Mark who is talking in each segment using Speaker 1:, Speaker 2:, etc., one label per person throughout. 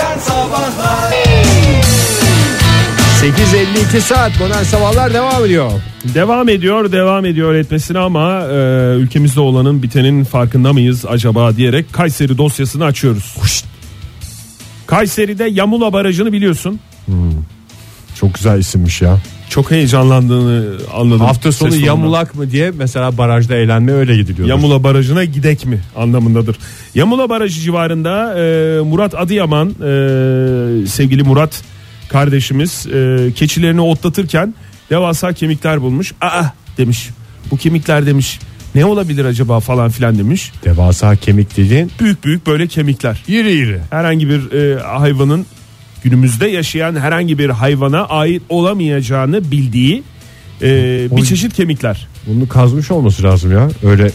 Speaker 1: sabahlar
Speaker 2: 8.52 saat modern sabahlar devam ediyor.
Speaker 3: Devam ediyor, devam ediyor etmesine ama e, ülkemizde olanın bitenin farkında mıyız acaba diyerek Kayseri dosyasını açıyoruz. Kayseri'de Yamula Barajı'nı biliyorsun.
Speaker 2: Çok güzel isimmiş ya.
Speaker 3: Çok heyecanlandığını anladım.
Speaker 2: Hafta sonu
Speaker 3: Ses tonundan.
Speaker 2: yamulak mı diye mesela barajda eğlenme öyle gidiliyor.
Speaker 3: Yamula Barajı'na gidek mi anlamındadır. Yamula Barajı civarında e, Murat Adıyaman, e, sevgili Murat kardeşimiz e, keçilerini otlatırken devasa kemikler bulmuş. Aa demiş bu kemikler demiş ne olabilir acaba falan filan demiş.
Speaker 2: Devasa kemik dediğin
Speaker 3: Büyük büyük böyle kemikler.
Speaker 2: iri iri.
Speaker 3: herhangi bir e, hayvanın günümüzde yaşayan herhangi bir hayvana ait olamayacağını bildiği e, bir
Speaker 2: Oy.
Speaker 3: çeşit kemikler.
Speaker 2: Bunu kazmış olması lazım ya. Öyle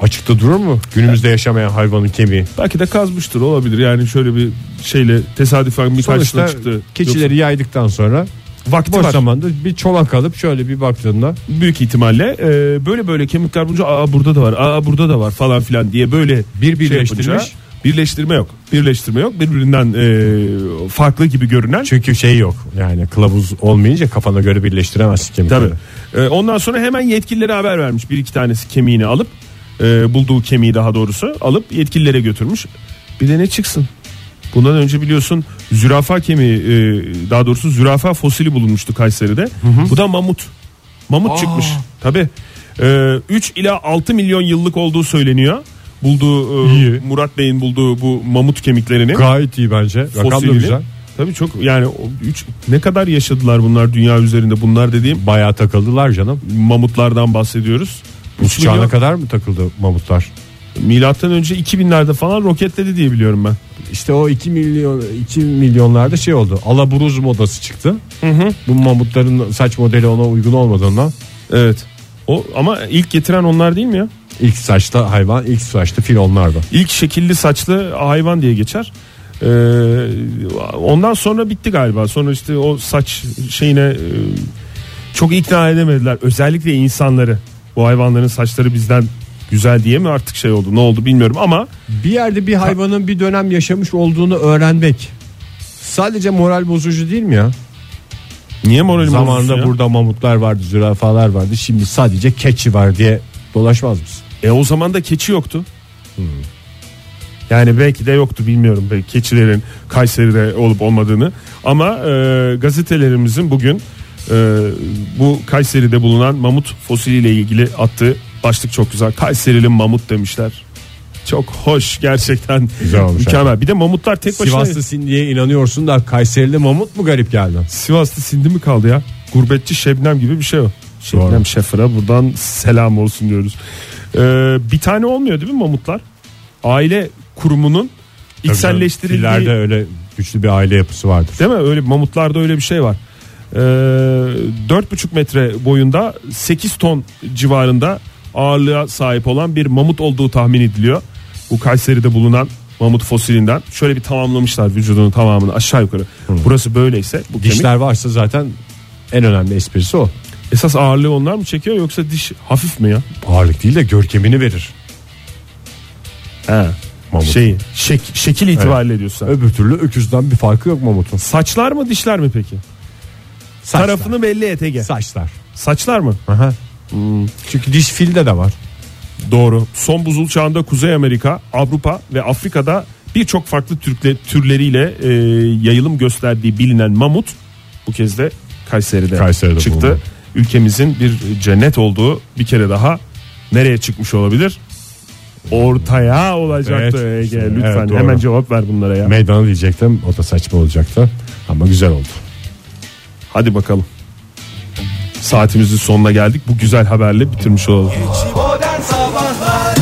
Speaker 2: açıkta durur mu? Günümüzde yaşamayan hayvanın kemiği.
Speaker 3: Belki de kazmıştır olabilir yani şöyle bir şeyle tesadüfen bir karşısına
Speaker 2: Sonuçta
Speaker 3: çıktı.
Speaker 2: keçileri yaydıktan sonra
Speaker 3: Yoksa vakti
Speaker 2: boş
Speaker 3: var.
Speaker 2: zamanda bir çolak alıp şöyle bir baktığında
Speaker 3: büyük ihtimalle e, böyle böyle kemikler bulunca aa burada da var aa burada da var falan filan diye böyle şey
Speaker 2: Bir birleştirmiş.
Speaker 3: yapınca- birleştirme yok. Birleştirme yok. Birbirinden e, farklı gibi görünen
Speaker 2: çünkü şey yok. Yani kılavuz olmayınca kafana göre birleştiremezsin kemikleri.
Speaker 3: Tabii. Ee, ondan sonra hemen yetkililere haber vermiş. Bir iki tanesi kemiğini alıp e, bulduğu kemiği daha doğrusu alıp yetkililere götürmüş. Bir de ne çıksın? Bundan önce biliyorsun zürafa kemiği e, daha doğrusu zürafa fosili bulunmuştu Kayseri'de. Bu da mamut. Mamut çıkmış. Tabii. Ee, 3 ila 6 milyon yıllık olduğu söyleniyor. Bulduğu e,
Speaker 2: İyi.
Speaker 3: Murat Bey'in bulduğu bu mamut kemiklerini.
Speaker 2: Gayet iyi bence. Rakam da
Speaker 3: fosilini.
Speaker 2: güzel.
Speaker 3: Tabii çok yani 3 ne kadar yaşadılar bunlar dünya üzerinde bunlar dediğim
Speaker 2: Bayağı takıldılar canım.
Speaker 3: mamutlardan bahsediyoruz.
Speaker 2: Bu
Speaker 3: Üç
Speaker 2: çağına
Speaker 3: milyon-
Speaker 2: kadar mı takıldı mamutlar?
Speaker 3: Milattan önce 2000'lerde falan roketledi diye biliyorum ben.
Speaker 2: İşte o 2 milyon 2 milyonlarda şey oldu. Alaburuz modası çıktı. Bu mamutların saç modeli ona uygun olmadığından
Speaker 3: Evet. O ama ilk getiren onlar değil mi ya?
Speaker 2: ilk saçta hayvan, ilk saçta fil onlardı.
Speaker 3: İlk şekilli saçlı hayvan diye geçer. Ee, ondan sonra bitti galiba. Sonra işte o saç şeyine e, çok ikna edemediler. Özellikle insanları. Bu hayvanların saçları bizden güzel diye mi artık şey oldu? Ne oldu bilmiyorum ama
Speaker 2: Bir yerde bir hayvanın bir dönem yaşamış olduğunu öğrenmek sadece moral bozucu değil mi ya?
Speaker 3: niye moralim bozulsun
Speaker 2: Zamanında
Speaker 3: ya?
Speaker 2: burada mamutlar vardı, zürafalar vardı. Şimdi sadece keçi var diye dolaşmaz mısın?
Speaker 3: E o zaman da keçi yoktu.
Speaker 2: Hmm.
Speaker 3: Yani belki de yoktu bilmiyorum belki keçilerin Kayseri'de olup olmadığını. Ama e, gazetelerimizin bugün e, bu Kayseri'de bulunan mamut fosiliyle ilgili attığı başlık çok güzel. Kayserili mamut demişler. Çok hoş gerçekten.
Speaker 2: Güzel olmuş,
Speaker 3: Mükemmel. Bir de mamutlar tek başına.
Speaker 2: Sivaslı Sindi'ye inanıyorsun da Kayserili mamut mu garip geldi?
Speaker 3: Sivaslı sindi mi kaldı ya? Gurbetçi Şebnem gibi bir şey o. Şebnem
Speaker 2: Doğru.
Speaker 3: Şefır'a buradan selam olsun diyoruz. Ee, bir tane olmuyor değil mi mamutlar? Aile kurumunun içselleştirildiği.
Speaker 2: Fillerde öyle güçlü bir aile yapısı vardır.
Speaker 3: Değil mi? Öyle mamutlarda öyle bir şey var. Ee, 4,5 metre boyunda 8 ton civarında ağırlığa sahip olan bir mamut olduğu tahmin ediliyor. Bu Kayseri'de bulunan mamut fosilinden. Şöyle bir tamamlamışlar vücudunun tamamını aşağı yukarı. Burası böyleyse bu kemik
Speaker 2: Dişler varsa zaten en önemli esprisi o.
Speaker 3: Esas ağırlığı onlar mı çekiyor yoksa diş hafif mi ya?
Speaker 2: Ağırlık değil de görkemini verir.
Speaker 3: He.
Speaker 2: Mamut.
Speaker 3: Şeyi, şek- şekil itibariyle diyorsun. sen.
Speaker 2: Öbür türlü öküzden bir farkı yok mamutun.
Speaker 3: Saçlar mı dişler mi peki?
Speaker 2: Saçlar.
Speaker 3: Tarafını belli et Ege.
Speaker 2: Saçlar.
Speaker 3: Saçlar mı?
Speaker 2: Aha. Hmm. Çünkü diş filde de var.
Speaker 3: Doğru. Son buzul çağında Kuzey Amerika, Avrupa ve Afrika'da birçok farklı türkle, türleriyle e, yayılım gösterdiği bilinen mamut bu kez de Kayseri'de,
Speaker 2: Kayseri'de
Speaker 3: çıktı.
Speaker 2: bulundu.
Speaker 3: Ülkemizin bir cennet olduğu bir kere daha nereye çıkmış olabilir? Ortaya olacaktı
Speaker 2: Evet,
Speaker 3: Ege.
Speaker 2: işte,
Speaker 3: Lütfen
Speaker 2: evet, doğru.
Speaker 3: hemen cevap ver bunlara ya.
Speaker 2: Meydana diyecektim o da saçma olacaktı. Ama güzel oldu.
Speaker 3: Hadi bakalım. Saatimizin sonuna geldik. Bu güzel haberle bitirmiş olalım.
Speaker 1: Modern Sabahlar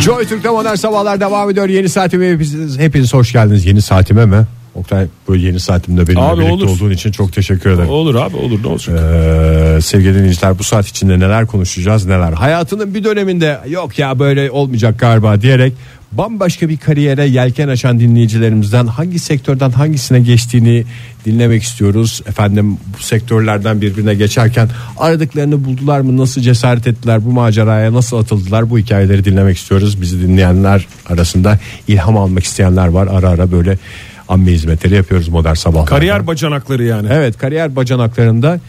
Speaker 2: Joy Türk'te modern sabahlar devam ediyor. Yeni saatime hepiniz, hepiniz hoş geldiniz. Yeni saatime mi? Oktay bu yeni saatimde benimle
Speaker 3: Abi
Speaker 2: birlikte
Speaker 3: olur.
Speaker 2: olduğun için çok teşekkür ederim.
Speaker 3: Olur abi olur ne olacak?
Speaker 2: Ee, sevgili dinleyiciler bu saat içinde neler konuşacağız neler hayatının bir döneminde yok ya böyle olmayacak galiba diyerek bambaşka bir kariyere yelken açan dinleyicilerimizden hangi sektörden hangisine geçtiğini dinlemek istiyoruz. Efendim bu sektörlerden birbirine geçerken aradıklarını buldular mı? Nasıl cesaret ettiler? Bu maceraya nasıl atıldılar? Bu hikayeleri dinlemek istiyoruz. Bizi dinleyenler arasında ilham almak isteyenler var. Ara ara böyle amme hizmetleri yapıyoruz modern sabahlarda.
Speaker 3: Kariyer bacanakları yani.
Speaker 2: Evet kariyer bacanaklarında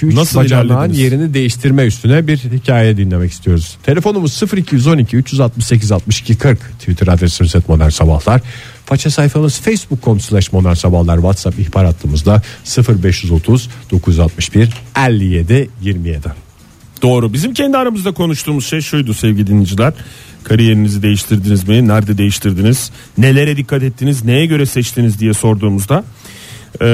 Speaker 2: 2-3
Speaker 3: Nasıl
Speaker 2: bacanağın
Speaker 3: ilerlediniz?
Speaker 2: yerini değiştirme üstüne bir hikaye dinlemek istiyoruz. Telefonumuz 0212 368 62 40 Twitter adresimiz et modern sabahlar. Faça sayfamız facebook.com slash modern sabahlar whatsapp ihbar hattımızda 0530 961 57 27.
Speaker 3: Doğru. Bizim kendi aramızda konuştuğumuz şey şuydu sevgili dinleyiciler. Kariyerinizi değiştirdiniz mi? Nerede değiştirdiniz? Nelere dikkat ettiniz? Neye göre seçtiniz diye sorduğumuzda. Ee,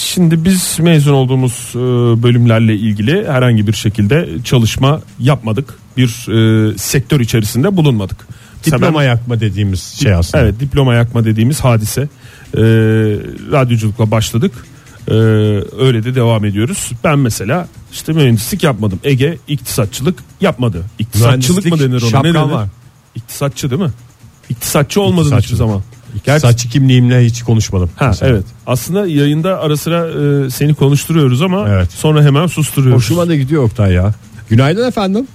Speaker 3: şimdi biz mezun olduğumuz e, bölümlerle ilgili herhangi bir şekilde çalışma yapmadık. Bir e, sektör içerisinde bulunmadık. Mesela ben-
Speaker 2: Diploma yakma dediğimiz şey aslında.
Speaker 3: Evet diploma yakma dediğimiz hadise. Ee, radyoculukla başladık. Ee, öyle de devam ediyoruz. Ben mesela işte mühendislik yapmadım. Ege iktisatçılık yapmadı. İktisatçılık mı denir
Speaker 2: Mühendislik
Speaker 3: ona? Ne
Speaker 2: şapkan
Speaker 3: denir?
Speaker 2: var.
Speaker 3: İktisatçı değil mi? İktisatçı olmadın hiçbir
Speaker 2: İktisatçı.
Speaker 3: zaman.
Speaker 2: Saçı kimliğimle hiç konuşmadım.
Speaker 3: Ha
Speaker 2: Mesela.
Speaker 3: evet. Aslında yayında ara sıra e, seni konuşturuyoruz ama
Speaker 2: Evet.
Speaker 3: sonra hemen susturuyoruz.
Speaker 2: Hoşuma da gidiyor Oktay ya. Günaydın efendim.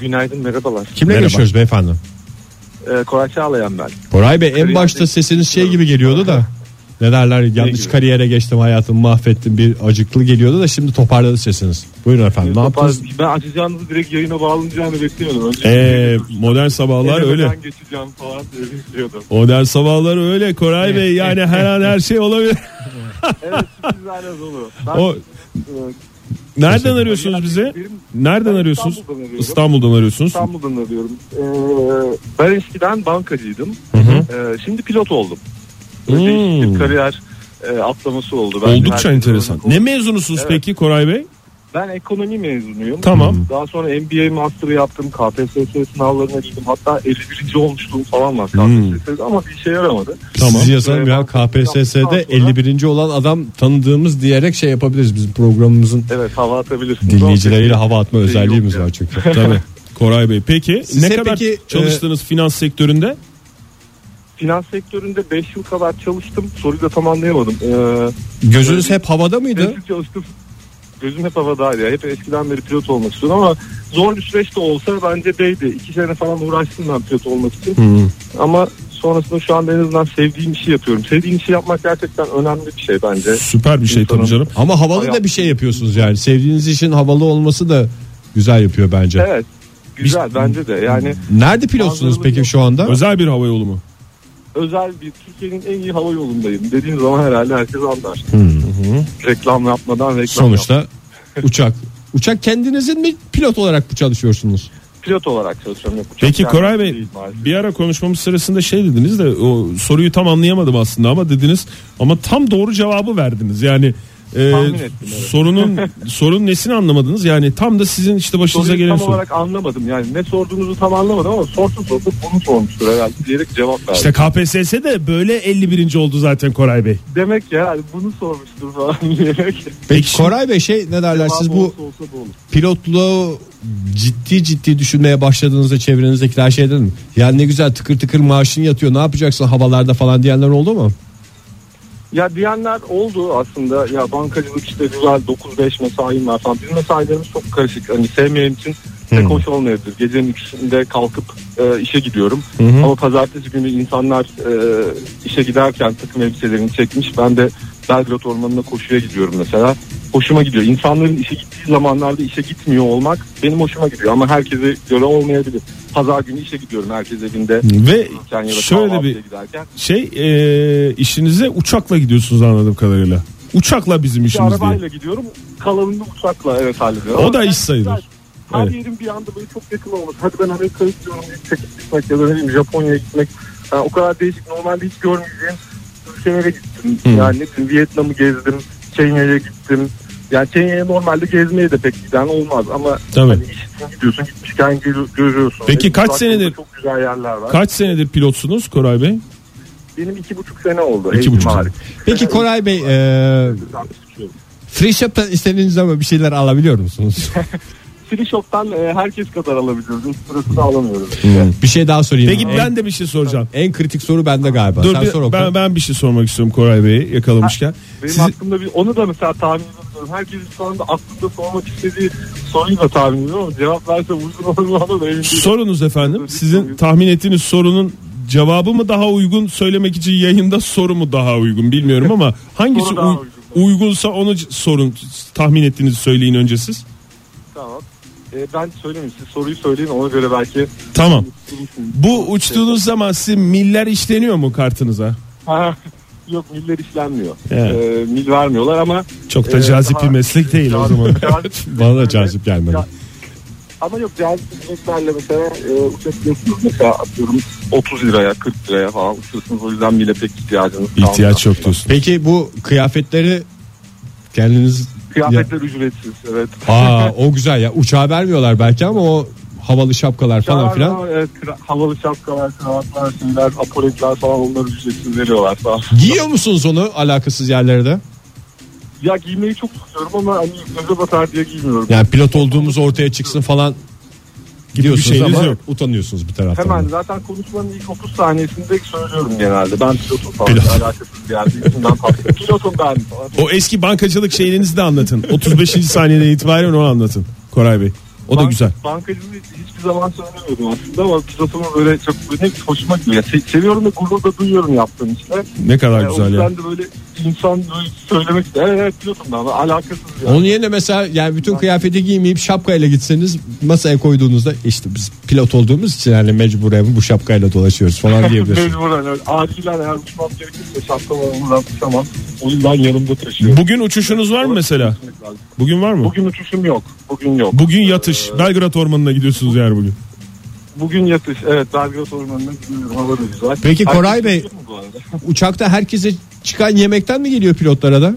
Speaker 4: Günaydın merhabalar.
Speaker 2: Kimle
Speaker 3: Merhaba.
Speaker 2: görüşüyoruz beyefendi?
Speaker 4: Ee, Koray Çağlayan ben.
Speaker 2: Koray Bey en
Speaker 4: Kariyerde-
Speaker 2: başta sesiniz şey gibi geliyordu da ne derler yanlış
Speaker 4: gibi?
Speaker 2: kariyere geçtim hayatımı mahvettim bir acıklı geliyordu da şimdi toparladı sesiniz. Buyurun efendim ne yaptınız?
Speaker 4: Ben açacağınızı direkt yayına bağlanacağını beklemiyordum. Önce
Speaker 3: Ee, modern sabahlar
Speaker 4: Eve
Speaker 3: öyle.
Speaker 4: Ben geçeceğim falan diye bekliyordum.
Speaker 3: Modern sabahlar öyle Koray Bey yani her an her şey olabilir.
Speaker 4: Evet sürprizlerle dolu. Ben,
Speaker 3: O
Speaker 4: e,
Speaker 3: Nereden arıyorsunuz bizi?
Speaker 4: benim-
Speaker 3: Nereden
Speaker 4: Ben
Speaker 3: arıyorsunuz?
Speaker 4: İstanbul'dan arıyorum.
Speaker 3: İstanbul'dan arıyorsunuz.
Speaker 4: İstanbul'dan arıyorum. Ee, ben eskiden bankacıydım. Ee, şimdi pilot oldum. Böyle
Speaker 3: Hmm.
Speaker 4: değişik bir kariyer e, atlaması oldu. Ben
Speaker 3: Oldukça
Speaker 4: her- şey
Speaker 3: enteresan. Ne mezunusunuz
Speaker 4: Evet.
Speaker 3: peki Koray Bey?
Speaker 4: Ben ekonomi mezunuyum.
Speaker 3: Tamam.
Speaker 4: Daha sonra MBA master'ı yaptım. KPSS sınavlarına girdim. Hatta 51. olmuşluğum falan var KPSS'de ama bir işe yaramadı.
Speaker 2: Tamam. Sizi yazalım
Speaker 4: Ee,
Speaker 2: ya
Speaker 4: ben-
Speaker 2: KPSS'de
Speaker 4: Sonra-
Speaker 2: 51. olan adam tanıdığımız diyerek şey yapabiliriz bizim programımızın
Speaker 4: Evet hava atabilirsiniz.
Speaker 2: dinleyicileriyle hava atma
Speaker 4: Şey yok
Speaker 2: özelliğimiz
Speaker 4: ya.
Speaker 2: var çünkü.
Speaker 3: Tabii. Koray Bey peki e,
Speaker 2: Siz
Speaker 3: ne
Speaker 2: hep
Speaker 3: kadar
Speaker 2: peki,
Speaker 3: çalıştınız finans sektöründe?
Speaker 4: Finans sektöründe 5 yıl kadar çalıştım. Soruyu da tam anlayamadım. Ee,
Speaker 2: Gözünüz hep havada mıydı?
Speaker 4: beş yıl çalıştım. Gözüm hep havadaydı ya. Hep eskiden beri pilot olmak istiyordum ama zor bir süreç de olsa bence değdi. 2 sene falan uğraştım ben pilot olmak için. Ama sonrasında şu anda en azından sevdiğim işi yapıyorum. Sevdiğim işi yapmak gerçekten önemli bir şey bence.
Speaker 3: Süper bir şey tabii
Speaker 4: İnsanın-
Speaker 3: canım.
Speaker 2: Ama havalı da bir şey yapıyorsunuz yani. Sevdiğiniz işin havalı olması da güzel Hmm. yapıyor bence.
Speaker 4: Evet. Güzel bence de. Yani
Speaker 2: Nerede pilotsunuz peki şu anda?
Speaker 3: Özel bir hava yolu mu?
Speaker 4: özel bir Türkiye'nin en iyi hava yolundayım. Dediğim zaman herhalde herkes anlar. Reklam yapmadan reklam yap-
Speaker 2: Sonuçta uçak. Uçak kendinizin mi pilot olarak mı çalışıyorsunuz?
Speaker 4: Pilot olarak çalışıyorum. Yok, uçak
Speaker 3: Peki
Speaker 4: yani
Speaker 3: Koray Bey
Speaker 4: değil maalesef.
Speaker 3: bir ara konuşmamız sırasında şey dediniz de o soruyu tam anlayamadım aslında ama dediniz ama tam doğru cevabı verdiniz. Yani e,
Speaker 4: Tahmin ettim, evet.
Speaker 3: sorunun sorun nesini anlamadınız? Yani tam da sizin işte başınıza
Speaker 4: Soruyu
Speaker 3: gelen
Speaker 4: tam
Speaker 3: soru.
Speaker 4: olarak anlamadım yani ne sorduğunuzu tam anlamadım ama sorsun sorsun bunu sormuştur herhalde diyerek cevap verdim.
Speaker 3: İşte KPSS de böyle 51. oldu zaten Koray Bey.
Speaker 4: Demek ki herhalde bunu sormuştur falan diyerek.
Speaker 2: Peki
Speaker 3: Peki
Speaker 2: Koray Bey şey ne derler siz
Speaker 4: Cevabı
Speaker 2: bu
Speaker 4: olsa olsa bu olur.
Speaker 2: pilotluğu ciddi ciddi düşünmeye başladığınızda çevrenizdekiler şey dedi mi? Yani ne güzel tıkır tıkır maaşın yatıyor ne yapacaksın havalarda falan diyenler oldu mu?
Speaker 4: Ya diyenler oldu aslında ya bankacılık işte güzel 9-5 mesaim var falan. Bizim mesailerimiz çok karışık. Hani sevmeyen için pek
Speaker 3: Hmm.
Speaker 4: hoş olmayabilir. Gecenin ikisinde kalkıp e, işe gidiyorum. Ama pazartesi günü insanlar e, işe giderken takım elbiselerini çekmiş. Ben de Belgrad Ormanı'na koşuya gidiyorum mesela. Hoşuma gidiyor. İnsanların işe gittiği zamanlarda işe gitmiyor olmak benim hoşuma gidiyor. Ama herkese göre olmayabilir. Pazar günü işe gidiyorum. Herkes evinde.
Speaker 3: Ve
Speaker 4: Yani ya da
Speaker 3: şöyle
Speaker 4: kahvaltıya
Speaker 3: bir
Speaker 4: giderken.
Speaker 3: şey e, işinize uçakla gidiyorsunuz anladığım kadarıyla. Uçakla bizim
Speaker 4: Bir
Speaker 3: işimiz
Speaker 4: arabayla
Speaker 3: değil.
Speaker 4: gidiyorum. Kalanını uçakla evet hallediyorum.
Speaker 3: O da iş sayılır.
Speaker 4: Her
Speaker 3: Evet.
Speaker 4: yerin bir anda böyle çok yakın olması. Hadi ben Amerika'ya gidiyorum diye çekip gitmek ya da ne bileyim Japonya'ya gitmek. Yani o kadar değişik. Normalde hiç görmeyeceğim ülkelere gittim. Yani ne bileyim Vietnam'ı gezdim. Kenya'ya gittim. Yani Kenya'ya normalde gezmeye de pek giden olmaz ama
Speaker 3: Tabii.
Speaker 4: hani iş için gidiyorsun gitmişken gör- görüyorsun.
Speaker 3: Peki
Speaker 4: E,
Speaker 3: kaç
Speaker 4: uzak doğuda
Speaker 3: senedir-
Speaker 4: Çok güzel yerler var.
Speaker 3: Kaç senedir pilotsunuz Koray Bey?
Speaker 4: Benim iki buçuk sene oldu.
Speaker 3: İki
Speaker 4: Eğitim
Speaker 3: buçuk sene.
Speaker 4: hariç.
Speaker 2: Peki Koray Bey e,
Speaker 4: Ben bir suçluyum.
Speaker 2: free shop'tan istediğiniz zaman bir şeyler alabiliyor musunuz?
Speaker 4: free shop'tan e, herkes kadar alabiliyoruz. Üst sırasını alamıyoruz.
Speaker 2: Bir şey daha sorayım.
Speaker 3: Peki
Speaker 2: en,
Speaker 3: ben de bir şey soracağım.
Speaker 2: en kritik soru bende galiba.
Speaker 3: Dur
Speaker 2: Sen
Speaker 3: bir-
Speaker 2: sor Oktay.
Speaker 3: ben, ben bir şey sormak istiyorum Koray Bey'i yakalamışken.
Speaker 4: Benim
Speaker 3: Siz-
Speaker 4: aklımda bir onu da mesela tahmin ediyorum. Herkesin şu anda aklında sormak istediği soruyu da tahmin ediyorum ama cevap verse uzun olur mu ona da emin değilim.
Speaker 3: sorunuz efendim. Sizin tahmin ettiğiniz sorunun cevabı mı daha uygun söylemek için yayında soru mu daha uygun bilmiyorum ama hangisi
Speaker 4: Soru daha
Speaker 3: uy-
Speaker 4: uygun.
Speaker 3: uygunsa onu c- sorun tahmin ettiğinizi söyleyin önce siz.
Speaker 4: Tamam. E, ben söylemeyeyim. Siz soruyu söyleyin ona göre belki.
Speaker 3: Tamam. Bu uçtuğunuz zaman sizin miller işleniyor mu kartınıza?
Speaker 4: Ha, Yok miller işlenmiyor.
Speaker 3: Evet.
Speaker 4: E, mil vermiyorlar ama
Speaker 3: Çok da
Speaker 4: e,
Speaker 3: cazip
Speaker 4: daha-
Speaker 3: bir meslek değil o
Speaker 4: Cazip-
Speaker 3: zaman.
Speaker 4: cazip-
Speaker 2: Bana da cazip gelmedi.
Speaker 4: Ca- Ama yok cazip hizmetlerle mesela e, uçak biliyorsunuz mesela atıyorum 30 liraya 40 liraya falan uçuyorsunuz. O yüzden bile pek ihtiyacınız kalmıyor.
Speaker 3: İhtiyaç yok diyorsun.
Speaker 2: Peki bu kıyafetleri kendiniz
Speaker 4: Kıyafetler ücretsiz evet.
Speaker 2: Aa o güzel ya. Uçağa vermiyorlar belki ama o havalı şapkalar falan
Speaker 4: Şapkalar
Speaker 2: filan.
Speaker 4: var, evet, kra- havalı şapkalar, kravatlar, şeyler, apoletler falan onları ücretsiz veriyorlar falan.
Speaker 2: Giyiyor musunuz onu alakasız yerlerde?
Speaker 4: Ya giymeyi çok istiyorum ama hani göze batar diye giymiyorum.
Speaker 2: Yani pilot olduğumuz ortaya çıksın falan diyorsunuz
Speaker 3: şeyiniz
Speaker 2: ama
Speaker 3: yok.
Speaker 2: utanıyorsunuz bir taraftan.
Speaker 4: Hemen
Speaker 2: da.
Speaker 4: zaten konuşmanın ilk 30 saniyesinde söylüyorum genelde. Ben pilotum falan.
Speaker 3: Pilot.
Speaker 4: Alakasız bir yerde içimden patlıyor. Pilotum ben falan.
Speaker 3: O eski bankacılık şeyinizi de anlatın. 35. saniyeden itibaren onu anlatın Koray Bey. O da
Speaker 4: Bank-
Speaker 3: güzel.
Speaker 4: Bankacılığı hiçbir zaman söylemiyordum aslında ama pilotumu böyle çok böyle hoşuma gidiyor. Ya se- seviyorum da gurur da duyuyorum yaptığım işle.
Speaker 3: Ne kadar
Speaker 4: Ya o
Speaker 3: güzel
Speaker 4: yüzden
Speaker 3: ya.
Speaker 4: de böyle insan böyle söylemek ister. Evet, evet pilotum ben. Alakasız yani.
Speaker 2: Onun yerine mesela yani bütün kıyafeti giymeyip şapkayla gitseniz masaya koyduğunuzda işte biz pilot olduğumuz için yani mecburen bu şapkayla dolaşıyoruz falan diyebilirsiniz.
Speaker 4: Mecburen öyle. Acilen eğer uçmam gerekirse şapkalarımdan uçamam. O yüzden yanımda taşıyorum.
Speaker 3: Bugün uçuşunuz var mı mesela? Bugün var mı?
Speaker 4: şey Bugün uçuşum yok. Bugün yok.
Speaker 3: Bugün yatış. Belgrad Ormanı'na gidiyorsunuz yani bugün.
Speaker 4: Bugün yatış. Evet Belgrad Ormanı'na gidiyorum. Hava da güzel.
Speaker 2: Peki,
Speaker 4: Herkes
Speaker 2: Koray Bey-
Speaker 4: uçuyor mu bu arada?
Speaker 2: Uçakta herkese çıkan yemekten mi geliyor pilotlara da?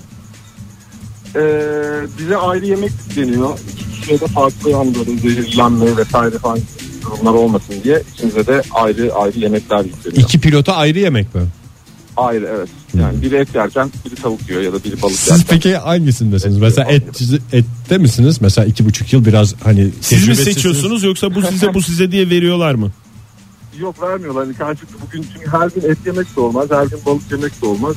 Speaker 4: Ee, bize ayrı yemek deniyor. İki kişiye de farklı yani böyle zehirlenme vesaire falan durumlar olmasın diye ikimize de ayrı ayrı yemekler yükleniyor.
Speaker 2: İki pilota ayrı yemek mi?
Speaker 4: Ayrı evet. Yani biri et yerken biri tavuk yiyor ya da biri balık
Speaker 2: Siz
Speaker 4: yerken.
Speaker 2: peki hangisindesiniz? Mesela et, ette misiniz? Mesela iki buçuk yıl biraz hani
Speaker 3: Siz mi
Speaker 2: tecrübesizsiniz.
Speaker 3: seçiyorsunuz yoksa bu size bu size diye veriyorlar mı?
Speaker 4: Yok vermiyorlar. Hani karşılıklı bugün çünkü her gün et yemek de olmaz. Her gün balık yemek de olmaz.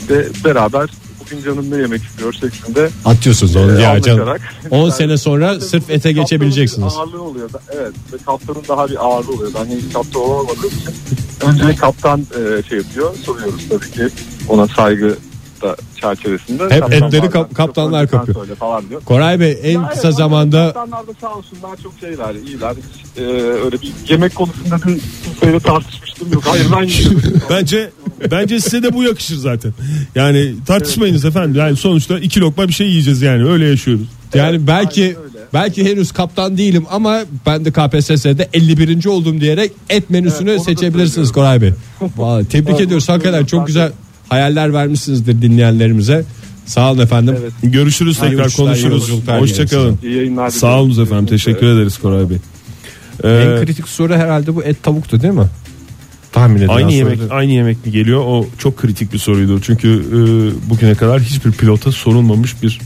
Speaker 4: İşte beraber bugün canım ne yemek istiyor şeklinde
Speaker 2: Atıyorsunuz onu
Speaker 3: Ee,
Speaker 4: e,
Speaker 2: ya canım.
Speaker 4: anlaşarak.
Speaker 2: 10
Speaker 4: Yani
Speaker 2: sene sonra sırf ete
Speaker 4: kaptanın
Speaker 2: geçebileceksiniz.
Speaker 4: bir Ağırlığı oluyor. da- Evet. Ve kaptanın daha bir ağırlığı oluyor. Ben henüz kaptan olamadığım için önce kaptan e, şey yapıyor. Soruyoruz tabii ki ona saygı da çerçevesinde.
Speaker 2: Hep
Speaker 4: Kaptan
Speaker 2: etleri
Speaker 4: bazen,
Speaker 2: kap- kaptanlar
Speaker 4: "Yok, önceden
Speaker 2: kapıyor."
Speaker 4: söyle Falan diyor.
Speaker 2: Koray Bey en
Speaker 4: Ya
Speaker 2: kısa
Speaker 4: evet,
Speaker 2: zamanda
Speaker 4: Kaptanlar da sağ olsunlar çok şeyler iyiler. Hiç, e, öyle bir yemek konusunda dün kimseyle tartışmıştım yok. Hayır ben gidiyorum.
Speaker 3: Bence bence size de bu yakışır zaten. Yani tartışmayınız efendim. Yani sonuçta iki lokma bir şey yiyeceğiz yani. Öyle yaşıyoruz.
Speaker 2: yani belki
Speaker 4: aynen öyle.
Speaker 2: belki henüz kaptan değilim ama ben de KPSS'de 51. oldum diyerek et menüsünü
Speaker 4: Evet, onu da
Speaker 2: seçebilirsiniz
Speaker 4: söylüyorum.
Speaker 2: Koray Bey. Vallahi tebrik
Speaker 4: Evet,
Speaker 2: ediyoruz.
Speaker 4: onu
Speaker 2: Hakikaten
Speaker 4: söylüyorum.
Speaker 2: çok güzel hayaller vermişsinizdir dinleyenlerimize. Sağ olun efendim.
Speaker 4: Evet.
Speaker 3: Görüşürüz
Speaker 2: Hayırlı
Speaker 3: tekrar
Speaker 2: işler,
Speaker 3: konuşuruz.
Speaker 2: yolculuklar
Speaker 3: Hoşçakalın.
Speaker 4: İyi yayınlar.
Speaker 3: Sağ olun efendim. Teşekkür ederiz Koray Bey. Ee,
Speaker 2: En kritik soru herhalde bu et tavuktu değil mi? Tahmin edilen
Speaker 3: aynı
Speaker 2: soru.
Speaker 3: yemek aynı yemek mi geliyor? O çok kritik bir soruydu. Çünkü e, bugüne kadar hiçbir pilota sorulmamış bir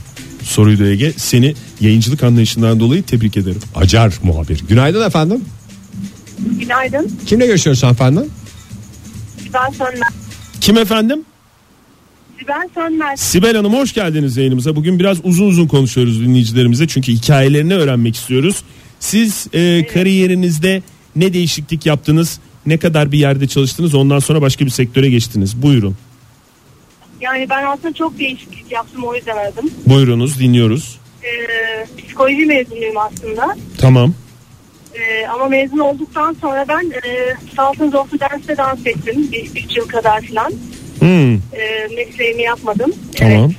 Speaker 3: soruydu Ege. Seni yayıncılık anlayışından dolayı tebrik ederim.
Speaker 2: Acar muhabir. Günaydın efendim.
Speaker 5: Günaydın.
Speaker 2: Kimle görüşüyoruz efendim?
Speaker 5: Sibel Sönmez.
Speaker 3: Kim efendim?
Speaker 5: Sibel Sönmez.
Speaker 3: Sibel Hanım hoş geldiniz yayınımıza. Bugün biraz uzun uzun konuşuyoruz dinleyicilerimize çünkü hikayelerini öğrenmek istiyoruz. Siz e, kariyerinizde ne değişiklik yaptınız? Ne kadar bir yerde çalıştınız? Ondan sonra başka bir sektöre geçtiniz. Buyurun.
Speaker 5: Yani ben aslında çok değişiklik yaptım o yüzden aradım.
Speaker 3: Buyurunuz dinliyoruz.
Speaker 5: Ee, psikoloji mezunuyum aslında.
Speaker 3: Tamam.
Speaker 5: Ee, ama mezun olduktan sonra ben e, Sultan of Dance'de dans ettim. Bir, üç yıl kadar falan.
Speaker 3: Hmm,
Speaker 5: Ee, mesleğimi yapmadım.
Speaker 3: tamam.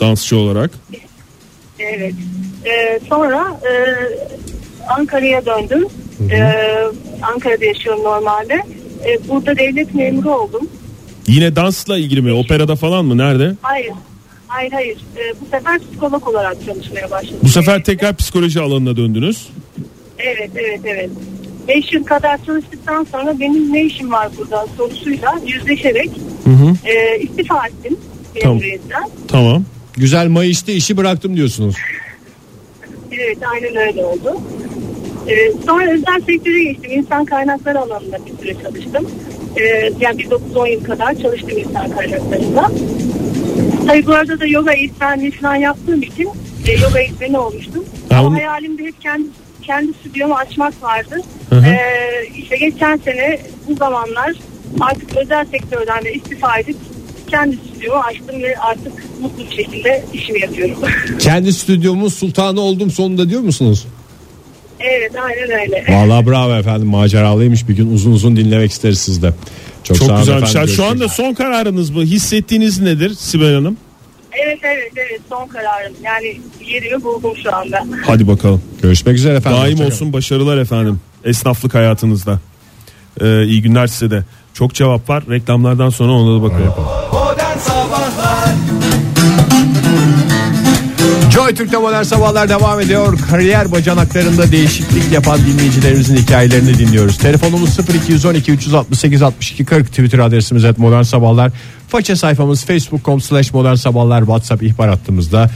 Speaker 3: Dansçı olarak.
Speaker 5: Evet. evet. Ee, sonra e, Ankara'ya döndüm. Ee, Ankara'da yaşıyorum normalde. Ee, burada devlet memuru oldum.
Speaker 3: Yine dansla ilgili mi? Operada falan mı? Nerede?
Speaker 5: Hayır. Hayır hayır. Ee, bu sefer psikolog olarak çalışmaya başladım.
Speaker 3: Bu sefer tekrar psikoloji alanına döndünüz.
Speaker 5: Evet evet evet. 5 yıl kadar çalıştıktan sonra benim ne işim var burada sorusuyla yüzleşerek e, istifa ettim.
Speaker 3: Tamam.
Speaker 5: memuriyetten.
Speaker 3: Tamam.
Speaker 2: Güzel Mayıs'ta işi bıraktım diyorsunuz.
Speaker 5: E, evet aynen öyle oldu. Ee, sonra özel sektöre geçtim. İnsan kaynakları alanında bir süre çalıştım. Ee, yani 19-10 yıl kadar çalıştım insan kaynaklarında. Tabii bu arada da yoga eğitmenliği falan yaptığım için e, yoga eğitmeni olmuştum.
Speaker 3: Ya
Speaker 5: Ama
Speaker 3: onu-
Speaker 5: hayalimde hep kendi kendi stüdyomu açmak vardı.
Speaker 3: Hı hı.
Speaker 5: Ee, işte geçen sene bu zamanlar artık özel sektörden de istifa edip kendi stüdyomu açtım ve artık mutlu bir şekilde işimi yapıyorum.
Speaker 2: Kendi stüdyomun sultanı oldum sonunda diyor musunuz?
Speaker 5: evet aynen öyle.
Speaker 2: Vallahi bravo efendim maceralıymış bir gün uzun uzun dinlemek isteriz sizde.
Speaker 3: Çok
Speaker 2: sağ olun
Speaker 3: güzel bir
Speaker 2: efendim,
Speaker 3: şarkı. Şu
Speaker 2: görüşmek
Speaker 3: anda son kararınız mı? Hissettiğiniz nedir Sibel Hanım?
Speaker 5: Evet evet evet son kararım. Yani yerimi buldum şu anda.
Speaker 3: Hadi bakalım.
Speaker 2: Görüşmek üzere efendim.
Speaker 3: Daim
Speaker 2: Hoşça kalın.
Speaker 3: olsun başarılar efendim. Esnaflık hayatınızda. Ee, iyi günler size de. Çok cevap var. Reklamlardan sonra ona da bakalım.
Speaker 1: Modern Sabahlar
Speaker 2: Joy Türk'te modern sabahlar devam ediyor. Kariyer bacanaklarında değişiklik yapan dinleyicilerimizin hikayelerini dinliyoruz. Telefonumuz 0212 368 62 40 Twitter adresimiz et modern sabahlar. Faça sayfamız facebook.com slash modern sabahlar WhatsApp ihbar hattımızda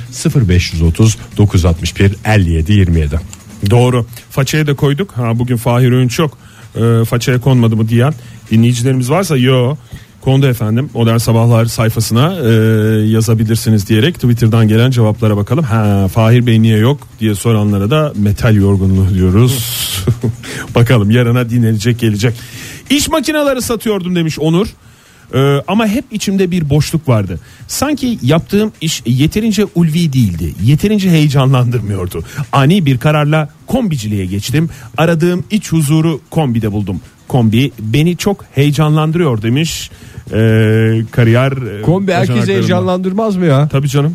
Speaker 2: 0530 961 57 27.
Speaker 3: Doğru. Façaya da koyduk. Ha bugün Fahir Öğünç yok. Ee, façaya konmadı mı diyen dinleyicilerimiz varsa yo kondu efendim. Modern Sabahlar sayfasına e, yazabilirsiniz diyerek Twitter'dan gelen cevaplara bakalım. Ha Fahir Bey niye yok diye soranlara da metal yorgunluğu diyoruz. bakalım yarına dinlenecek gelecek. İş makineleri satıyordum demiş Onur. Ee, ama hep içimde bir boşluk vardı. Sanki yaptığım iş yeterince ulvi değildi. Yeterince heyecanlandırmıyordu. Ani bir kararla kombiciliğe geçtim. Aradığım iç huzuru kombide buldum. Kombi beni çok heyecanlandırıyor demiş. Ee, kariyer e,
Speaker 2: Kombi
Speaker 3: bacanaklarında.
Speaker 2: herkesi heyecanlandırmaz mı ya?
Speaker 3: Tabii canım.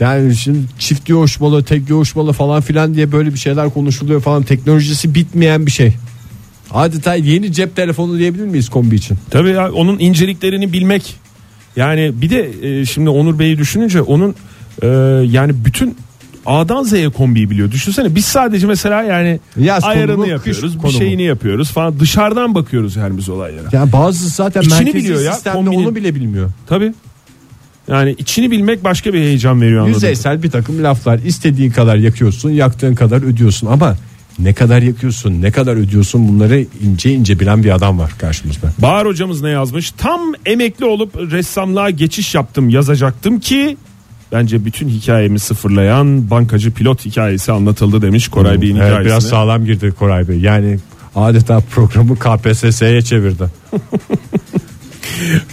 Speaker 2: Yani şimdi çift yoğuşmalı, tek yoğuşmalı falan filan diye böyle bir şeyler konuşuluyor falan. Teknolojisi bitmeyen bir şey. Adeta yeni cep telefonu diyebilir miyiz kombi için?
Speaker 3: Tabii ya, onun inceliklerini bilmek. Yani bir de e, şimdi Onur Bey'i düşününce onun e, yani bütün A'dan Z'ye kombiyi biliyor. Düşünsene biz sadece mesela yani
Speaker 2: Yaz
Speaker 3: ayarını
Speaker 2: konumu, kış
Speaker 3: yapıyoruz, bir
Speaker 2: konumu.
Speaker 3: şeyini yapıyoruz falan. Dışarıdan bakıyoruz her biz olaylara.
Speaker 2: Yani bazı zaten
Speaker 3: İçini
Speaker 2: merkezi
Speaker 3: biliyor ya,
Speaker 2: sistemde
Speaker 3: kombinin.
Speaker 2: onu bile bilmiyor.
Speaker 3: Tabii. Yani içini bilmek başka bir heyecan veriyor anladın.
Speaker 2: Yüzeysel bir takım laflar. İstediğin kadar yakıyorsun, yaktığın kadar ödüyorsun ama ne kadar yakıyorsun, ne kadar ödüyorsun bunları ince ince bilen bir adam var karşımızda.
Speaker 3: Bahar hocamız ne yazmış? Tam emekli olup ressamlığa geçiş yaptım yazacaktım ki bence bütün hikayemi sıfırlayan bankacı pilot hikayesi anlatıldı demiş Koray Bey'in
Speaker 2: Hmm. Evet,
Speaker 3: hikayesine.
Speaker 2: biraz sağlam girdi Koray Bey. Yani adeta programı KPSS'ye çevirdi.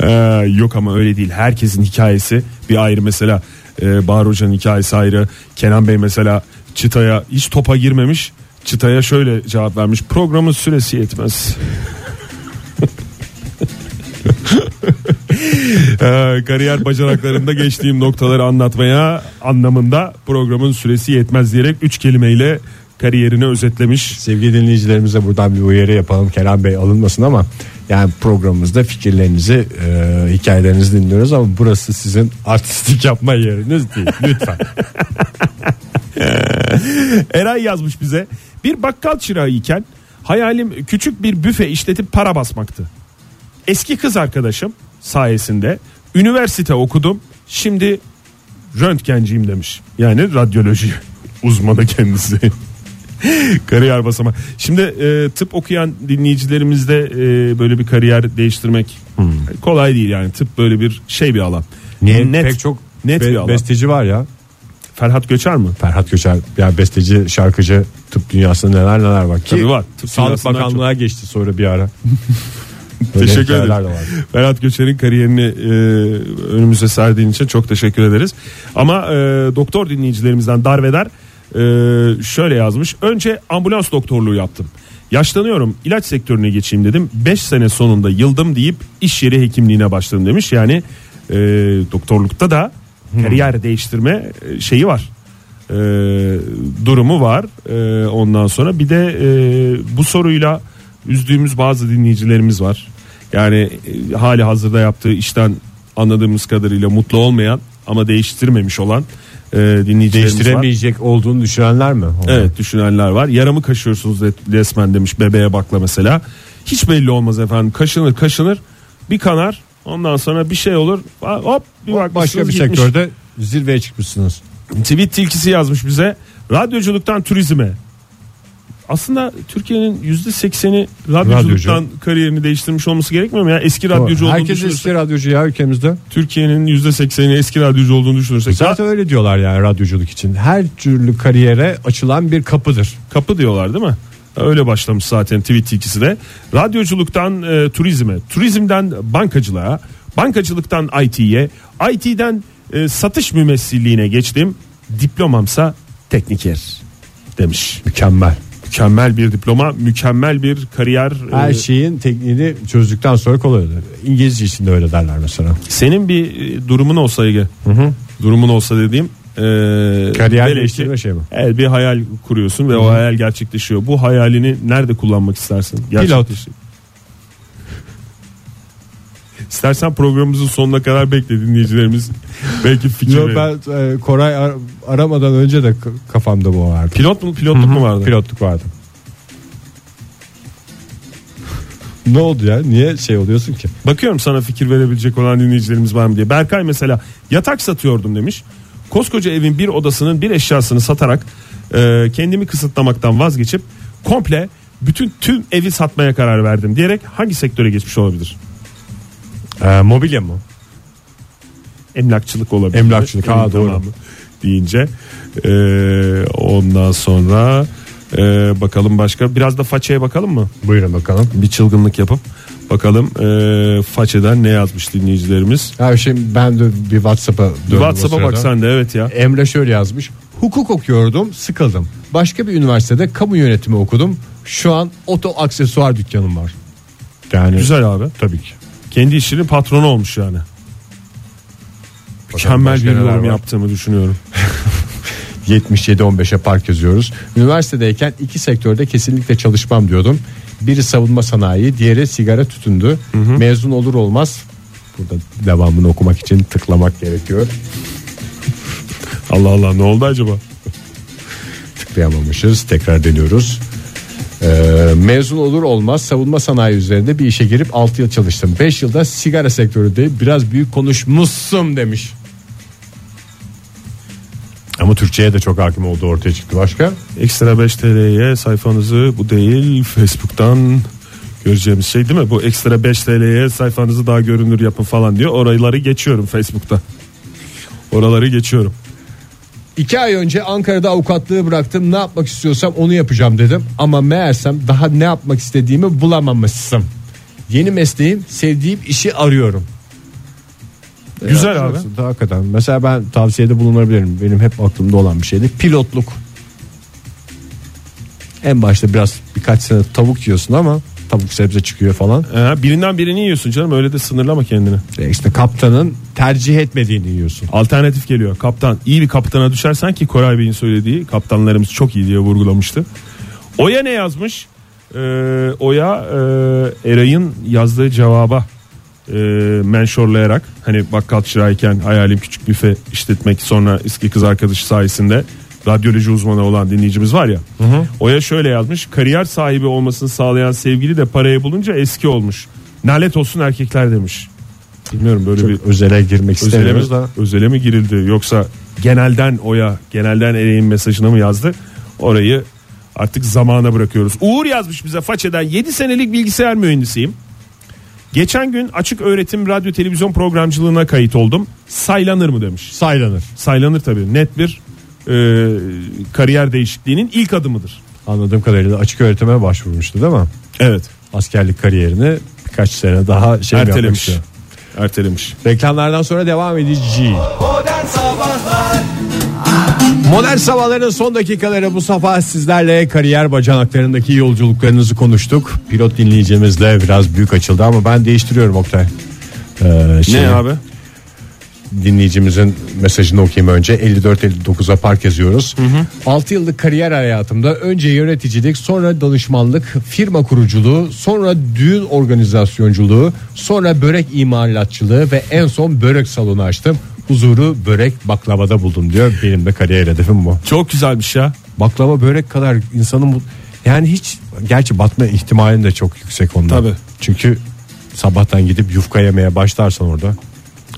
Speaker 3: Ee, yok ama öyle değil. Herkesin hikayesi bir ayrı mesela. Ee, Bahar Hoca'nın hikayesi ayrı. Kenan Bey mesela çıtaya hiç topa girmemiş. Çıtaya şöyle cevap vermiş. Programın süresi yetmez. Ee, kariyer bacanaklarında geçtiğim noktaları anlatmaya anlamında programın süresi yetmez diyerek üç kelimeyle kariyerini özetlemiş.
Speaker 2: Sevgili dinleyicilerimize buradan bir uyarı yapalım. Kerem Bey alınmasın ama yani programımızda fikirlerinizi, e, hikayelerinizi dinliyoruz ama burası sizin artistik yapma yeriniz değil. Lütfen.
Speaker 3: Eray yazmış bize. Bir bakkal çırağıyken hayalim küçük bir büfe işletip para basmaktı. Eski kız arkadaşım sayesinde üniversite okudum. Şimdi röntgenciyim demiş. Yani radyoloji uzmanı kendisi. kariyer basama. Şimdi e, tıp okuyan dinleyicilerimizde e, böyle bir kariyer değiştirmek
Speaker 2: Hmm.
Speaker 3: kolay değil yani. Tıp böyle bir şey bir alan. net
Speaker 2: Pek çok
Speaker 3: net
Speaker 2: be-
Speaker 3: bir alan.
Speaker 2: besteci var ya.
Speaker 3: Ferhat Göçer mi?
Speaker 2: Ferhat Göçer yani besteci, şarkıcı, tıp dünyasında neler neler var. Ki
Speaker 3: Tabii var. Tıp
Speaker 2: Sağlık
Speaker 3: dünyasından çok-
Speaker 2: Bakanlığı'na geçti sonra bir ara. Böyle
Speaker 3: Teşekkür
Speaker 2: hikayeler
Speaker 3: ederim.
Speaker 2: de var.
Speaker 3: Berat Göçer'in kariyerini e, önümüze serdiğin için çok teşekkür ederiz. Ama e, doktor dinleyicilerimizden Darveder e, şöyle yazmış. Önce ambulans doktorluğu yaptım. Yaşlanıyorum ilaç sektörüne geçeyim dedim. 5 sene sonunda yıldım deyip iş yeri hekimliğine başladım demiş. Yani e, doktorlukta da kariyer değiştirme e, şeyi var. E, durumu var. E, ondan sonra bir de e, bu soruyla üzdüğümüz bazı dinleyicilerimiz var. Yani e, hali hazırda yaptığı işten anladığımız kadarıyla mutlu olmayan ama değiştirmemiş olan e, dinleyicilerimiz var.
Speaker 2: Değiştiremeyecek olduğunu düşünenler mi?
Speaker 3: Evet düşünenler var. Yaramı kaşıyorsunuz re- resmen demiş bebeğe bakla mesela. Hiç belli olmaz efendim. Kaşınır kaşınır bir kanar ondan sonra bir şey olur Ha, hop bir bakmışsınız
Speaker 2: Başka bir
Speaker 3: gitmiş.
Speaker 2: sektörde zirveye çıkmışsınız.
Speaker 3: Tweet tilkisi yazmış bize. Radyoculuktan turizme. Aslında Türkiye'nin yüzde sekseni radyoculuktan kariyerini değiştirmiş olması gerekmiyor mu ya? Eski radyocu olduğunu
Speaker 2: Herkes
Speaker 3: düşünürsek.
Speaker 2: eski radyocu ya ülkemizde.
Speaker 3: Türkiye'nin yüzde sekseni eski radyocu olduğunu düşünürsek.
Speaker 2: Zaten öyle diyorlar yani radyoculuk için. Her türlü kariyere açılan bir kapıdır.
Speaker 3: kapı diyorlar değil mi? Öyle başlamış zaten tweet ikisi de. Radyoculuktan e, turizme, turizmden bankacılığa, bankacılıktan IT'ye, IT'den e, satış mümessilliğine geçtim. Diplomamsa tekniker demiş.
Speaker 2: Mükemmel.
Speaker 3: Mükemmel bir diploma, mükemmel bir kariyer. e,
Speaker 2: Her şey şeyin tekniğini çözdükten sonra kolay olur. İngilizce için de öyle derler mesela.
Speaker 3: Senin bir e, durumun olsa Ege. Durumun olsa dediğim. E,
Speaker 2: Kariyer
Speaker 3: velev ki-
Speaker 2: değiştirme şey mi?
Speaker 3: Evet bir hayal kuruyorsun ve o hayal gerçekleşiyor. Bu hayalini nerede kullanmak istersin? Gerçekleşir. İstersen programımızın sonuna kadar bekle dinleyicilerimiz. Belki fikir
Speaker 2: Yo,
Speaker 3: verir.
Speaker 2: ben e, Koray ar- aramadan önce de k- kafamda bu vardı.
Speaker 3: Pilot mu pilotluk mu vardı?
Speaker 2: Pilotluk vardı. ne oldu ya? Niye şey oluyorsun ki?
Speaker 3: Bakıyorum sana fikir verebilecek olan dinleyicilerimiz var mı diye. Berkay mesela yatak satıyordum demiş. Koskoca evin bir odasının bir eşyasını satarak e, kendimi kısıtlamaktan vazgeçip komple bütün tüm evi satmaya karar verdim diyerek hangi sektöre geçmiş olabilir?
Speaker 2: E, mobilya mı?
Speaker 3: Emlakçılık olabilir.
Speaker 2: Emlakçılık, ha,
Speaker 3: Evin
Speaker 2: doğru.
Speaker 3: tamamı Deyince E, ondan sonra e, bakalım başka biraz da façaya bakalım mı?
Speaker 2: Buyurun bakalım.
Speaker 3: Bir çılgınlık yapıp bakalım e, façeden ne yazmış dinleyicilerimiz.
Speaker 2: Her şey ben de bir WhatsApp'a döndüm. o
Speaker 3: WhatsApp'a
Speaker 2: sırada.
Speaker 3: bak sen de evet ya.
Speaker 2: Emre şöyle yazmış. Hukuk okuyordum, sıkıldım. Başka bir üniversitede kamu yönetimi okudum. Şu an oto aksesuar dükkanım var. Yani
Speaker 3: Güzel abi.
Speaker 2: tabii ki.
Speaker 3: Kendi işinin patronu olmuş yani. Mükemmel
Speaker 2: başka
Speaker 3: bir
Speaker 2: neler
Speaker 3: yorum
Speaker 2: var?
Speaker 3: yaptığımı düşünüyorum.
Speaker 2: 77-15'e park yazıyoruz. Üniversitedeyken iki sektörde kesinlikle çalışmam diyordum. Biri savunma sanayi, diğeri sigara tütündü. Mezun olur olmaz burada devamını okumak için tıklamak gerekiyor.
Speaker 3: Allah Allah ne oldu acaba?
Speaker 2: Tıklayamamışız. Tekrar deniyoruz. Ee, mezun olur olmaz savunma sanayi üzerinde bir işe girip 6 yıl çalıştım. 5 yılda sigara sektöründe biraz büyük konuşmuşsun demiş. Ama Türkçe'ye de çok hakim oldu ortaya çıktı başka.
Speaker 3: Ekstra 5 TL'ye sayfanızı bu değil Facebook'tan göreceğimiz şey değil mi? Bu ekstra 5 TL'ye sayfanızı daha görünür yapın falan diyor. Oraları geçiyorum Facebook'ta. Oraları geçiyorum.
Speaker 2: İki ay önce Ankara'da avukatlığı bıraktım. Ne yapmak istiyorsam onu yapacağım dedim. Ama meğersem daha ne yapmak istediğimi bulamamışsın. Yeni mesleğim, sevdiğim işi arıyorum.
Speaker 3: E, Güzel
Speaker 2: Ya,
Speaker 3: abi.
Speaker 2: Daha hakikaten. Mesela ben tavsiyede bulunabilirim. Benim hep aklımda olan bir şeydi. Pilotluk. En başta biraz birkaç sene tavuk yiyorsun ama tavuk sebze çıkıyor falan.
Speaker 3: Ee, birinden birini yiyorsun canım öyle de sınırlama kendini.
Speaker 2: E İşte kaptanın tercih etmediğini yiyorsun.
Speaker 3: Alternatif geliyor. Kaptan iyi bir kaptana düşersen ki Koray Bey'in söylediği kaptanlarımız çok iyi diye vurgulamıştı. Oya ne yazmış? Ee, Oya e, Eray'ın yazdığı cevaba e, menşorlayarak hani bakkal çırağıyken hayalim küçük büfe işletmek sonra eski kız arkadaşı sayesinde radyoloji uzmanı olan dinleyicimiz var ya. Oya şöyle yazmış kariyer sahibi olmasını sağlayan sevgili de parayı bulunca eski olmuş. Nalet olsun erkekler demiş. Bilmiyorum böyle bir
Speaker 2: Özele girmek
Speaker 3: Özele mi,
Speaker 2: istemiyoruz da.
Speaker 3: özele mi girildi yoksa genelden oya genelden ereğin mesajına mı yazdı orayı artık zamana bırakıyoruz. Uğur yazmış bize façeden 7 senelik bilgisayar mühendisiyim. Geçen gün açık öğretim radyo televizyon programcılığına kayıt oldum. Saylanır mı demiş.
Speaker 2: Saylanır.
Speaker 3: Saylanır tabii net bir e, kariyer değişikliğinin ilk adımıdır.
Speaker 2: Anladığım kadarıyla açık öğretime başvurmuştu değil mi?
Speaker 3: Evet
Speaker 2: askerlik kariyerini birkaç sene daha şey yapmak
Speaker 3: ertelemiş.
Speaker 2: istiyor.
Speaker 3: Ertelemiş.
Speaker 2: Reklamlardan sonra devam edici.
Speaker 1: Modern Sabahlar
Speaker 2: Modern sabahların son dakikaları bu sabah sizlerle kariyer bacanaklarındaki yolculuklarınızı konuştuk. Pilot dinleyicimizle biraz büyük açıldı ama ben değiştiriyorum Oktay. Ee, şeyi,
Speaker 3: Ne abi?
Speaker 2: Dinleyicimizin mesajını okuyayım önce. 54-59'a park yazıyoruz. 6 yıllık kariyer hayatımda önce yöneticilik, sonra danışmanlık, firma kuruculuğu, sonra düğün organizasyonculuğu, sonra börek imalatçılığı ve en son börek salonu açtım. Huzuru börek baklavada buldum diyor. Benim de kariyer hedefim bu.
Speaker 3: Çok güzelmiş ya.
Speaker 2: Baklava börek kadar insanın mut- yani hiç gerçi batma ihtimalin de çok yüksek onda.
Speaker 3: Tabii.
Speaker 2: Çünkü sabahtan gidip yufka yemeye başlarsan orada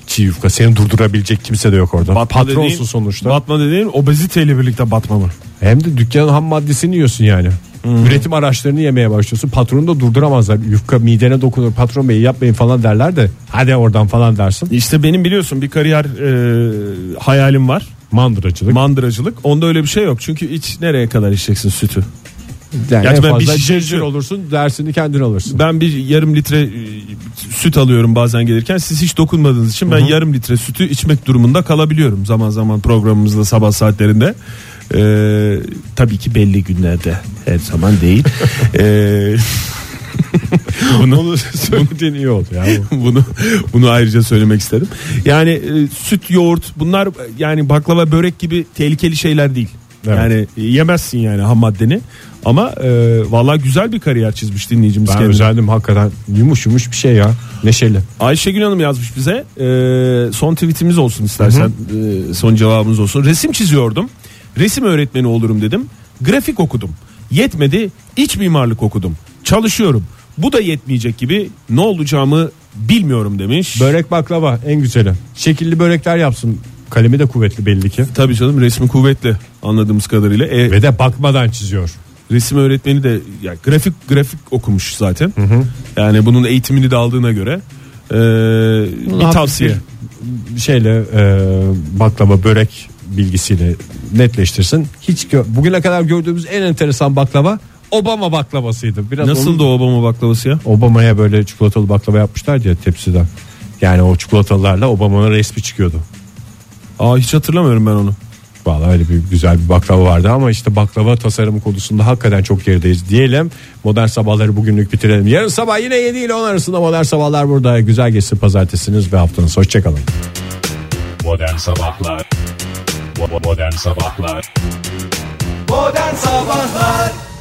Speaker 2: çiğ yufka. Seni durdurabilecek kimse de yok orada.
Speaker 3: Batma
Speaker 2: Patronsun
Speaker 3: dediğin-
Speaker 2: sonuçta.
Speaker 3: Batma dediğin obeziteyle birlikte batma mı?
Speaker 2: Hem de dükkanın ham maddesini yiyorsun yani. Üretim araçlarını yemeye başlıyorsun. Patronu da durduramazlar. Yufka midene dokunur. Patron bey yapmayın falan derler de. Hadi oradan falan dersin.
Speaker 3: İşte benim biliyorsun bir kariyer e, hayalim var.
Speaker 2: Mandıracılık.
Speaker 3: Mandıracılık. Onda öyle bir şey yok. Çünkü iç nereye kadar içeceksin sütü?
Speaker 2: yani en
Speaker 3: Gerçi ben bir
Speaker 2: fazla
Speaker 3: şişe
Speaker 2: cırcır
Speaker 3: içiyorum.
Speaker 2: şey olursun. Dersini kendin alırsın.
Speaker 3: Ben bir yarım litre e, süt alıyorum bazen gelirken. Siz hiç dokunmadığınız için ben yarım litre sütü içmek durumunda kalabiliyorum. Zaman zaman programımızda sabah saatlerinde. E, tabii ki belli günlerde her zaman değil. E, bunu,
Speaker 2: Bu iyi oldu ya. bu.
Speaker 3: bunu bunu ayrıca söylemek isterim. Yani e, süt, yoğurt bunlar e, yani baklava, börek gibi tehlikeli şeyler değil.
Speaker 2: Evet.
Speaker 3: Yani e, yemezsin yani ham maddeni. Ama e, vallahi güzel bir kariyer çizmiş dinleyicimiz
Speaker 2: Ben
Speaker 3: kendine.
Speaker 2: özendim hakikaten. Yumuş yumuş bir şey ya. Neşeli.
Speaker 3: Ayşegül Hanım yazmış bize. e, son tweetimiz olsun istersen. e, son cevabımız olsun. Resim çiziyordum. Resim öğretmeni olurum dedim. Grafik okudum. Yetmedi. İç mimarlık okudum. Çalışıyorum. Bu da yetmeyecek gibi ne olacağımı bilmiyorum demiş.
Speaker 2: Börek baklava en güzeli. Şekilli börekler yapsın. Kalemi de kuvvetli belli ki.
Speaker 3: Tabii canım resmi kuvvetli anladığımız kadarıyla. E,
Speaker 2: Ve de bakmadan çiziyor.
Speaker 3: Resim öğretmeni de ya grafik grafik okumuş zaten. Yani bunun eğitimini de aldığına göre e, bir
Speaker 2: hafif
Speaker 3: tavsiye.
Speaker 2: Şeyle e, baklava börek bilgisiyle netleştirsin. Hiç gö- bugüne kadar gördüğümüz en enteresan baklava Obama baklavasıydı. Biraz
Speaker 3: Nasıl da
Speaker 2: onun-
Speaker 3: Obama baklavası ya?
Speaker 2: Obama'ya böyle çikolatalı baklava yapmışlar ya tepsiden. Yani o çikolatalarla Obama'nın resmi çıkıyordu.
Speaker 3: Aa hiç hatırlamıyorum ben onu.
Speaker 2: Vallahi öyle bir güzel bir baklava vardı ama işte baklava tasarımı konusunda hakikaten çok gerideyiz diyelim. Modern sabahları bugünlük bitirelim. Yarın sabah yine 7 ile 10 arasında modern sabahlar burada. Güzel geçsin pazartesiniz ve haftanız. Hoşçakalın.
Speaker 6: Modern Sabahlar Bo- Modern Sabahlar
Speaker 1: Modern Sabahlar